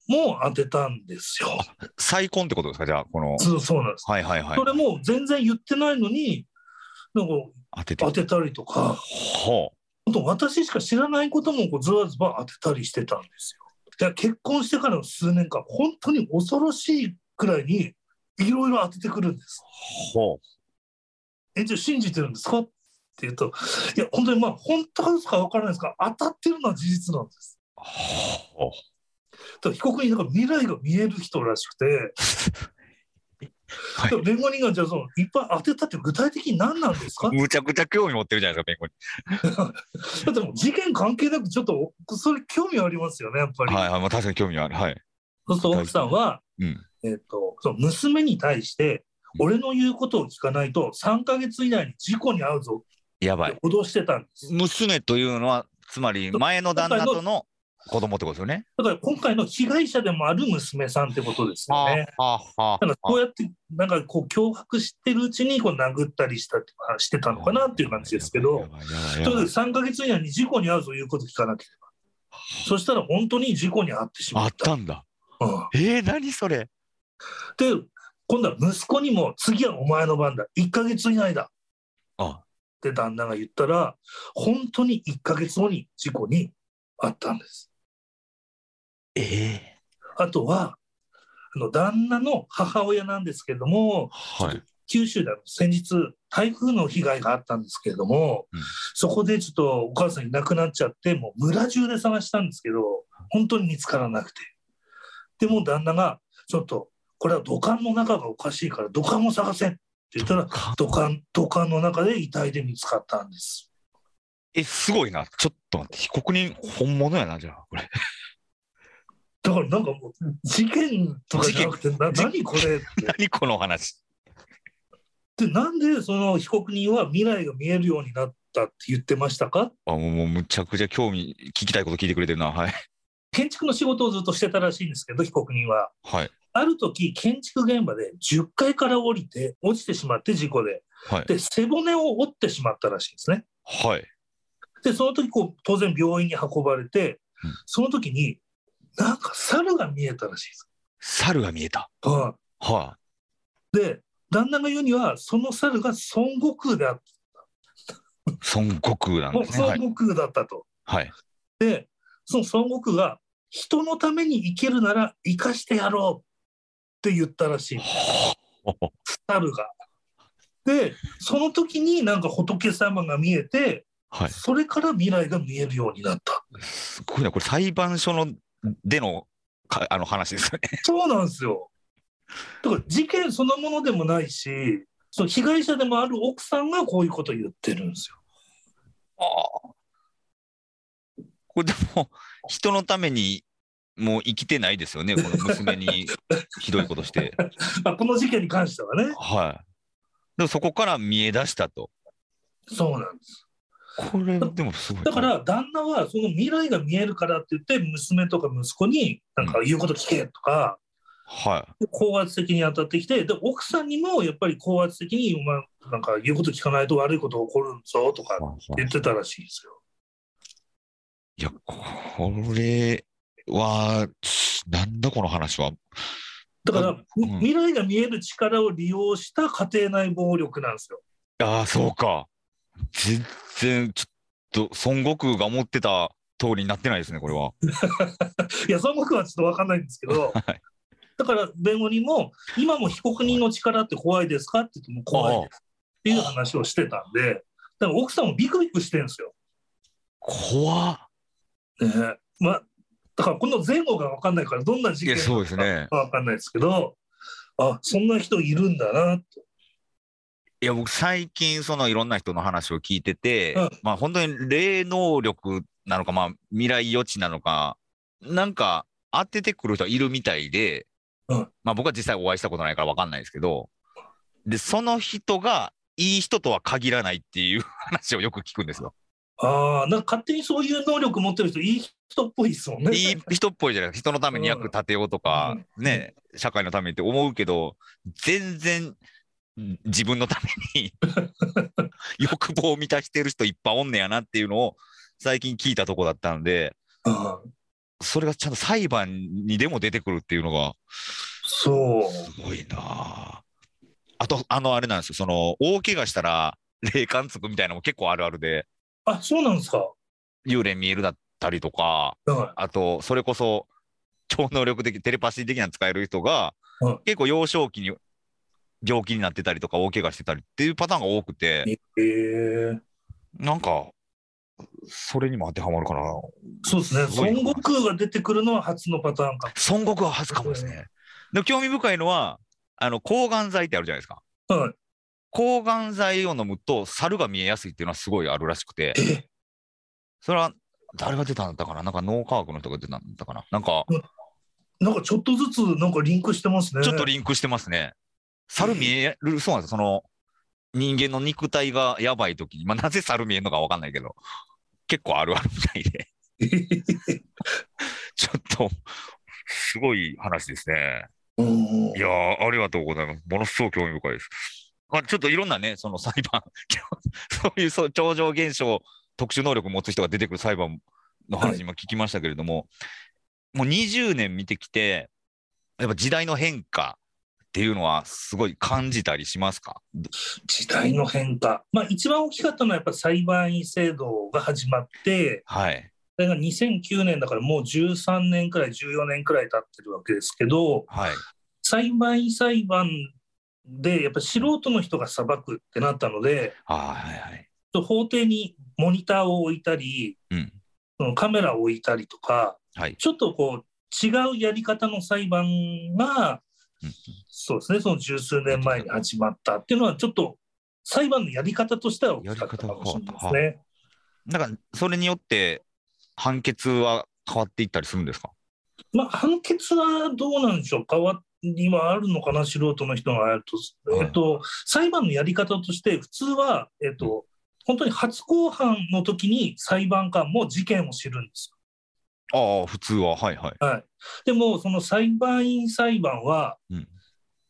[SPEAKER 2] も当てたんですよ。
[SPEAKER 1] 再婚ってことですかじゃあ、この。
[SPEAKER 2] そうそうなんです。
[SPEAKER 1] はいはいはい。
[SPEAKER 2] それも全然言ってないのに、なんか
[SPEAKER 1] 当てて
[SPEAKER 2] 当てたりとか、
[SPEAKER 1] は
[SPEAKER 2] 本当私しか知らないこともこうずわずわ当てたりしてたんですよ。だから結婚してからの数年間、本当に恐ろしいくらいにいろいろ当ててくるんです
[SPEAKER 1] あ。は
[SPEAKER 2] え、じゃあ信じてるんですかって言うと、いや、本当にまあ、本当か嘘か分からないですが、当たってるのは事実なんです。
[SPEAKER 1] あは
[SPEAKER 2] だから被告人だから未来が見える人らしくて、
[SPEAKER 1] あはい
[SPEAKER 2] でも弁護人がじゃあそのいっぱい当てたって具体的に何なんですかっ
[SPEAKER 1] むちゃくちゃ興味持ってるじゃないですか弁護人
[SPEAKER 2] てだってもう事件関係なくちょっとそれ興味ありますよねやっぱり。
[SPEAKER 1] はいはい、まあ、確かに興味はあるはい
[SPEAKER 2] そうすると奥さんは、
[SPEAKER 1] うん
[SPEAKER 2] えっとその娘に対して
[SPEAKER 1] うん
[SPEAKER 2] 俺の言うことを聞かないと3か月以内に事故に遭うぞ
[SPEAKER 1] やば
[SPEAKER 2] っ
[SPEAKER 1] い
[SPEAKER 2] て脅してたんです。
[SPEAKER 1] 娘というのはつまり前の旦那との子供ってことですよね
[SPEAKER 2] だから今回の被害者でもある娘さんってことですよね。
[SPEAKER 1] あはあは
[SPEAKER 2] だからこうやってなんかこう脅迫してるうちにこう殴ったりしたとかしてたのかなっていう感じですけど。とにかく3ヶ月以内に事故に遭うということ聞かなければ。そしたら本当に事故に遭ってしま
[SPEAKER 1] あ
[SPEAKER 2] っ。
[SPEAKER 1] ったたんだ
[SPEAKER 2] うん
[SPEAKER 1] えー、何それ
[SPEAKER 2] で、今度は息子にも、次はお前の番だ、1ヶ月以内だ
[SPEAKER 1] あ
[SPEAKER 2] って旦那が言ったら、本当に1ヶ月後に事故に遭ったんです。
[SPEAKER 1] ええ
[SPEAKER 2] あとは、あの旦那の母親なんですけれども、
[SPEAKER 1] はい
[SPEAKER 2] 九州であの先日、台風の被害があったんですけれども、
[SPEAKER 1] うん
[SPEAKER 2] そこでちょっとお母さんいなくなっちゃって、もう村中で探したんですけど、本当に見つからなくて。でもう旦那が、ちょっと、これは土管の中がおかしいから、土管を探せって言ったら、土管、土管の中で遺体で見つかったんです。
[SPEAKER 1] えすごいなちょっと待って被告人本物やなじゃあこれ
[SPEAKER 2] だからなんかもう、事件とかじゃなくて、な
[SPEAKER 1] 事件
[SPEAKER 2] 何これって。
[SPEAKER 1] 何この話
[SPEAKER 2] で、なんでその被告人は未来が見えるようになったって言ってましたか
[SPEAKER 1] あもうもうむちゃくちゃ興味聞きたいこと聞いてくれてるなはい
[SPEAKER 2] 建築の仕事をずっとしてたらしいんですけど、被告人は。
[SPEAKER 1] はい
[SPEAKER 2] ある時建築現場で10階から降りて落ちてしまって事故で
[SPEAKER 1] はい
[SPEAKER 2] で背骨を折ってしまったらしいんですね。
[SPEAKER 1] はい
[SPEAKER 2] でその時こう当然病院に運ばれて、
[SPEAKER 1] うん
[SPEAKER 2] その時になんか猿が見えたらしいです。
[SPEAKER 1] 猿が見えた
[SPEAKER 2] は
[SPEAKER 1] はい
[SPEAKER 2] で旦那が言うにはその猿が孫悟空であっ
[SPEAKER 1] い孫悟空な
[SPEAKER 2] た、
[SPEAKER 1] んですねは
[SPEAKER 2] 孫
[SPEAKER 1] い
[SPEAKER 2] 悟空だったと。
[SPEAKER 1] はい
[SPEAKER 2] でその孫悟空が人のために生きるなら生かしてやろうって言ったらしい。猿が。でその時になんか仏様が見えて
[SPEAKER 1] はい
[SPEAKER 2] それから未来が見えるようになった
[SPEAKER 1] すごいなこれ裁判所のでのかあの話ですよね
[SPEAKER 2] そうなんですよだから事件そのものでもないしその被害者でもある奥さんがこういうことを言ってるんですよ
[SPEAKER 1] ああこれでも人のためにもう生きてないですよねこの娘にひどいことして
[SPEAKER 2] まあこの事件に関してはね
[SPEAKER 1] はいでもそこから見え出したと
[SPEAKER 2] そうなんです
[SPEAKER 1] これでもすごい
[SPEAKER 2] だから旦那はその未来が見えるからって言って娘とか息子になんか言うこと聞けとか
[SPEAKER 1] はい
[SPEAKER 2] 高圧的に当たってきてで奥さんにもやっぱり高圧的にお前なんか言うこと聞かないと悪いこと起こるぞとか言ってたらしいんですよ。
[SPEAKER 1] いや、これは、なんだこの話は。
[SPEAKER 2] だから、
[SPEAKER 1] うん
[SPEAKER 2] 未来が見える力を利用した家庭内暴力なんですよ。
[SPEAKER 1] ああ、そうか。全然、ちょっと、孫悟空が思ってた通りになってないですね、これは。
[SPEAKER 2] いや、その僕はちょっと分かんないんですけど、
[SPEAKER 1] はい
[SPEAKER 2] だから弁護人も、今も被告人の力って怖いですかって言っても怖いですっていう話をしてたんで、だから奥さんもビクビクしてるんですよ。
[SPEAKER 1] 怖っ
[SPEAKER 2] ねまあ、だからこの前後が分かんないから、どんない事
[SPEAKER 1] や、
[SPEAKER 2] 件
[SPEAKER 1] そうですね。
[SPEAKER 2] か分かんないですけど、あそんな人いるんだなと。
[SPEAKER 1] いや、僕、最近、その、いろんな人の話を聞いてて、
[SPEAKER 2] うん
[SPEAKER 1] まあ、本当に霊能力なのか、まあ、未来予知なのか、なんか、当ててくる人はいるみたいで、
[SPEAKER 2] うん
[SPEAKER 1] まあ、僕は実際お会いしたことないから分かんないですけど、で、その人が、いい人とは限らないっていう話をよく聞くんですよ。
[SPEAKER 2] ああ、なんか勝手にそういう能力持ってる人、いい人っぽいですもんね。
[SPEAKER 1] いい人っぽいじゃないですか。人のために役立てようとか、ね、社会のためにって思うけど、全然自分のために欲望を満たしてる人いっぱいおんねやなっていうのを最近聞いたとこだったんで、
[SPEAKER 2] うん
[SPEAKER 1] それがちゃんと裁判にでも出てくるっていうのが、
[SPEAKER 2] そう。
[SPEAKER 1] すごいなああと、あの、あれなんですよ、その、大怪我したら、霊感つくみたいなのも結構あるあるで、
[SPEAKER 2] あ、そうなんですか。
[SPEAKER 1] 幽霊見えるだったりとか、
[SPEAKER 2] は
[SPEAKER 1] あと、それこそ、超能力的、テレパシー的なの使える人が、
[SPEAKER 2] うん
[SPEAKER 1] 結構幼少期に病気になってたりとか、大怪我してたりっていうパターンが多くて、
[SPEAKER 2] い。えー、
[SPEAKER 1] なんか、それにも当てはまるかな。
[SPEAKER 2] そうですね。
[SPEAKER 1] すごい
[SPEAKER 2] 孫悟空が出てくるのは初のパターンか
[SPEAKER 1] 孫悟空は初かもですね。で興味深いのは、あの、抗がん剤ってあるじゃないですか。
[SPEAKER 2] も。はい。
[SPEAKER 1] 抗がん剤を飲むと、猿が見えやすいっていうのはすごいあるらしくて、
[SPEAKER 2] え、
[SPEAKER 1] それは、誰が出たんだったかななんか脳科学の人が出たんだったかななんか、
[SPEAKER 2] なんかちょっとずつなんかリンクしてますね。
[SPEAKER 1] ちょっとリンクしてますね。猿見える、そうなんですよ。その、人間の肉体がやばいときに、まあ、なぜ猿見えるのかわかんないけど、結構あるあるみたいで、ちょっと、すごい話ですね。
[SPEAKER 2] うん
[SPEAKER 1] いやー、ありがとうございます。ものすごく興味深いです。まあ、ちょっといろんなね、その裁判、 そういうそう超常現象、特殊能力を持つ人が出てくる裁判の話、今聞きましたけれども、もう20年見てきて、やっぱ時代の変化っていうのは、すごい感じたりしますか
[SPEAKER 2] 時代の変化。まあ一番大きかったのはやっぱ裁判員制度が始まって、
[SPEAKER 1] はい、
[SPEAKER 2] それが2009年だからもう13年くらい、14年くらい経ってるわけですけど、
[SPEAKER 1] はい、
[SPEAKER 2] 裁判員裁判でやっぱ素人の人が裁くってなったので、
[SPEAKER 1] あーはい、はい。
[SPEAKER 2] 法廷にモニターを置いたり、
[SPEAKER 1] うん、
[SPEAKER 2] そのカメラを置いたりとか、
[SPEAKER 1] はい。
[SPEAKER 2] ちょっとこう違うやり方の裁判が、
[SPEAKER 1] うん
[SPEAKER 2] そうですね、その十数年前に始まったっていうのは、ちょっと裁判のやり方としては大きかったかもしれないです
[SPEAKER 1] や
[SPEAKER 2] ね。
[SPEAKER 1] なんか、それによって、判決は変わっていったりするんですか
[SPEAKER 2] まあ、判決はどうなんでしょう、変わりはあるのかな、素人の人がやると、
[SPEAKER 1] はい
[SPEAKER 2] えっと、裁判のやり方として、普通は、えっと、本当に初公判の時に裁判官も事件を知るんです
[SPEAKER 1] ああ、普通は、はい、はい。
[SPEAKER 2] よ。はい、でも、その裁判員裁判は、
[SPEAKER 1] うん、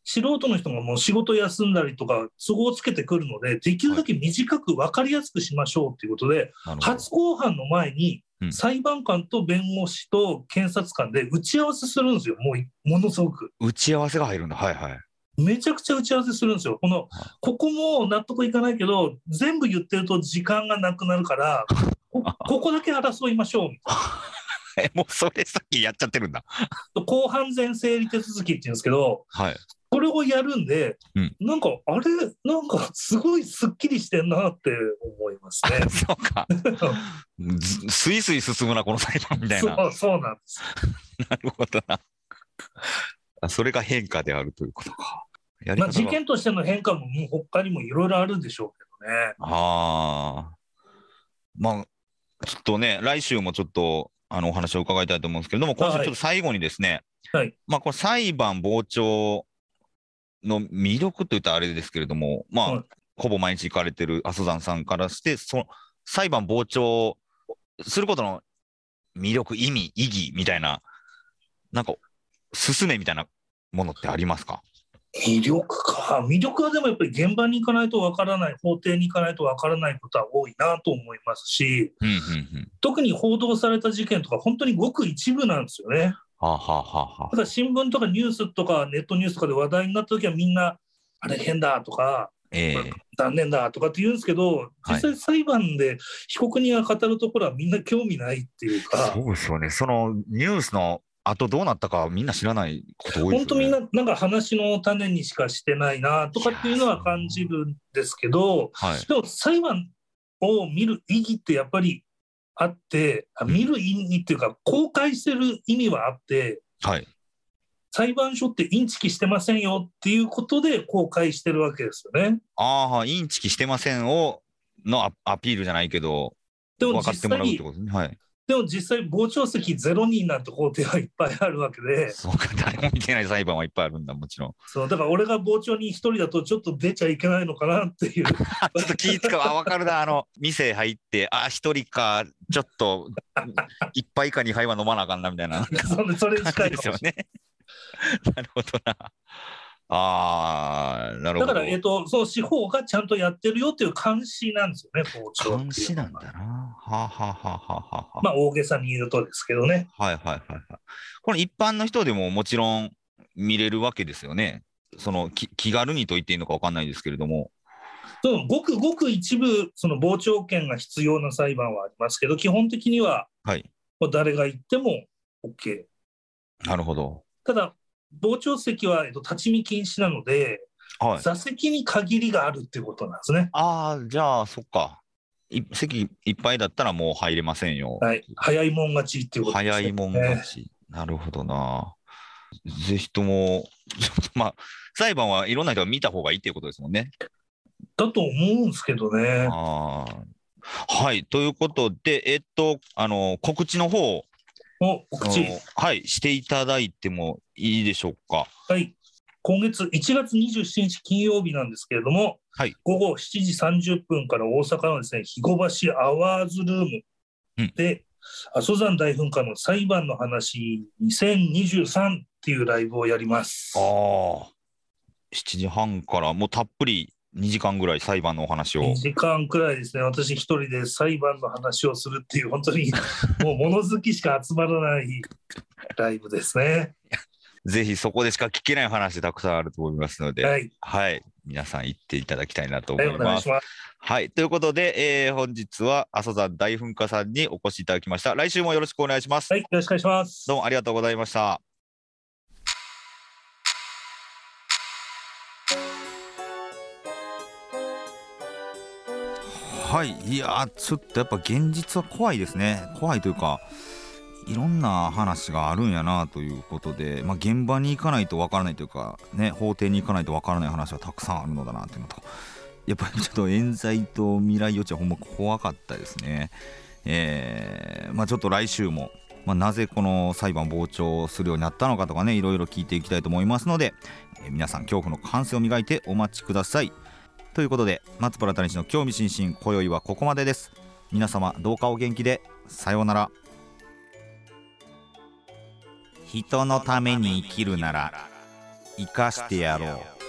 [SPEAKER 2] 素人の人がもう仕事休んだりとか都合をつけてくるのでできるだけ短く分かりやすくしましょうということで、
[SPEAKER 1] なるほど
[SPEAKER 2] 初公判の前に
[SPEAKER 1] うん
[SPEAKER 2] 裁判官と弁護士と検察官で打ち合わせするんですよもういものすごく
[SPEAKER 1] 打ち合わせが入るんだ、はい、はい。
[SPEAKER 2] めちゃくちゃ打ち合わせするんですよこのここも納得いかないけど全部言ってると時間がなくなるからこここだけ争いましょう
[SPEAKER 1] え、もうそれさっきやっちゃってるんだ。
[SPEAKER 2] 公判前整理手続きって言うんですけど
[SPEAKER 1] はい。
[SPEAKER 2] これをやるんで、
[SPEAKER 1] うん。
[SPEAKER 2] なんかあれなんかすごいすっきりしてんなって思いますね
[SPEAKER 1] そう か。ずスイスイ進むな、この裁判みたいな。
[SPEAKER 2] そうそうなんです。
[SPEAKER 1] なるほ どな。あそれが変化であるということか。やり
[SPEAKER 2] まあ
[SPEAKER 1] 方
[SPEAKER 2] 事
[SPEAKER 1] が
[SPEAKER 2] 件としての変化ももう他にもいろいろあるんでしょうけどね。
[SPEAKER 1] ああ。まあ、ちょっとね、来週もちょっと、あの、お話を伺いたいと思うんですけれども、今週
[SPEAKER 2] は
[SPEAKER 1] ちょ
[SPEAKER 2] い
[SPEAKER 1] っと最後にですね、
[SPEAKER 2] はい
[SPEAKER 1] まあ、この裁判傍聴の魅力といったらあれですけれども、まあ、
[SPEAKER 2] はい
[SPEAKER 1] ほぼ毎日行かれてる阿蘇山さんからして、その裁判傍聴することの魅力、意味、意義みたいな、なんか、勧めみたいなものってありますか
[SPEAKER 2] 魅力か魅力はでもやっぱり現場に行かないとわからない法廷に行かないとわからないことは多いなと思いますし
[SPEAKER 1] うんうんうん。
[SPEAKER 2] 特に報道された事件とか本当にごく一部なんですよね。
[SPEAKER 1] はあ、はあはあは
[SPEAKER 2] だから新聞とかニュースとかネットニュースとかで話題になった時はみんなあれ変だとか
[SPEAKER 1] ええ
[SPEAKER 2] 残念だとかって言うんですけど、
[SPEAKER 1] はい
[SPEAKER 2] 実際裁判で被告人が語るところはみんな興味ないっていうか、
[SPEAKER 1] そうですよね。そのニュースの後どうなったかみんな知らないこと多いで
[SPEAKER 2] 本
[SPEAKER 1] すよ
[SPEAKER 2] 当
[SPEAKER 1] ね。
[SPEAKER 2] みんななんか話の種にしかしてないなとかっていうのは感じるんですけど、
[SPEAKER 1] はい。
[SPEAKER 2] でも裁判を見る意義ってやっぱりあって、あ見る意義っていうか、公開してる意味はあって、
[SPEAKER 1] はい。
[SPEAKER 2] 裁判所ってインチキしてませんよっていうことで公開してるわけですよね。
[SPEAKER 1] ああ、インチキしてませんを、のアアピールじゃないけど、
[SPEAKER 2] でも
[SPEAKER 1] 分か
[SPEAKER 2] 実
[SPEAKER 1] ってもらうって
[SPEAKER 2] 際
[SPEAKER 1] ことですね。はい。
[SPEAKER 2] でも実際傍聴席ゼロ人なんて法廷はいっぱいあるわけで。
[SPEAKER 1] そうか、誰も見てない裁判はいっぱいあるんだ、もち ろん。
[SPEAKER 2] そうだから俺が傍聴に一人だとちょっと出ちゃいけないのかなって いう
[SPEAKER 1] あちょっと気使う。あ、分かるな。あの、店入って、あ、一人か、ちょっと、一杯か二杯は飲まなあかんな、みたいな。
[SPEAKER 2] それそれに近
[SPEAKER 1] 感
[SPEAKER 2] い
[SPEAKER 1] じです
[SPEAKER 2] か
[SPEAKER 1] よ
[SPEAKER 2] もしれ
[SPEAKER 1] ね。 なるほどな。ああ、なる
[SPEAKER 2] ない
[SPEAKER 1] ほ
[SPEAKER 2] だ
[SPEAKER 1] ど。
[SPEAKER 2] から、えっと、その司法がちゃんとやってるよっていう監視なんですよね、傍聴っていうのは
[SPEAKER 1] 監視なんだな。はあ、はあはあはあはあ、
[SPEAKER 2] まあ、大げさに言うとですけどね。
[SPEAKER 1] はいはいはいはい。これ一般の人でももちろん見れるわけですよね。そのき気軽にと言っていいのかわかんないですけれども。
[SPEAKER 2] そのごくごく一部、その傍聴券が必要な裁判はありますけど、基本的には
[SPEAKER 3] はい。
[SPEAKER 2] もう誰が行っても OK。
[SPEAKER 3] なるほど。
[SPEAKER 2] ただ、傍聴席は、えっと、立ち見禁止なので、
[SPEAKER 3] はい。
[SPEAKER 2] 座席に限りがあるっていうことなんですね。
[SPEAKER 3] ああ、じゃあ、そっか。い席いっぱいだったらもう入れませんよ。
[SPEAKER 2] はい、早いもん勝ちっていうことです、ね。
[SPEAKER 3] 早いもん勝ち。なるほどな。ぜひとも、 ちょっとまあ、裁判はいろんな人が見た方がいいっていうことですもんね。
[SPEAKER 2] だと思うんですけどね。
[SPEAKER 3] あーはい。ということで、えっと、あの、告知の方を、
[SPEAKER 2] お、お口
[SPEAKER 3] あ。のはい、していただいてもいいでしょうか。
[SPEAKER 2] はい。今月1月27日金曜日なんですけれども、
[SPEAKER 3] はい
[SPEAKER 2] 午後7時30分から大阪のですね、肥後橋アワーズルームで、阿蘇山大噴火の裁判の話2023っていうライブをやります。
[SPEAKER 3] ああ。7時半からもうたっぷり2時間ぐらい裁判のお話を
[SPEAKER 2] 2。時間くらいですね、私一人で裁判の話をするっていう、本当にもう物好きしか集まらないライブですね。
[SPEAKER 3] ぜひそこでしか聞けない話たくさんあると思いますので、はい、
[SPEAKER 2] はい、
[SPEAKER 3] 皆さん行っていただきたいなと思
[SPEAKER 2] はい
[SPEAKER 3] ま
[SPEAKER 2] い、お
[SPEAKER 3] す。
[SPEAKER 2] 願いします。
[SPEAKER 3] はい、ということで、えー本日は阿蘇山大噴火さんにお越しいただきました。来週もよろしくお願いします。
[SPEAKER 2] はい、よろしくお願いします。
[SPEAKER 3] どうもありがとうございました。
[SPEAKER 1] はい、いやーちょっとやっぱ現実は怖いですね怖いというかいろんな話があるんやなということで、まあ、現場に行かないとわからないというか、ね、法廷に行かないとわからない話はたくさんあるのだなというのとやっぱりちょっと冤罪と未来予知はほんま怖かったですね。えーまあ、ちょっと来週も、まあ、なぜこの裁判傍聴するようになったのかとかねいろいろ聞いていきたいと思いますので、えー皆さん恐怖の感性を磨いてお待ちください。ということで松原谷氏の興味津々今宵はここまでです皆様どうかお元気でさようなら人のために生きるなら生かしてやろう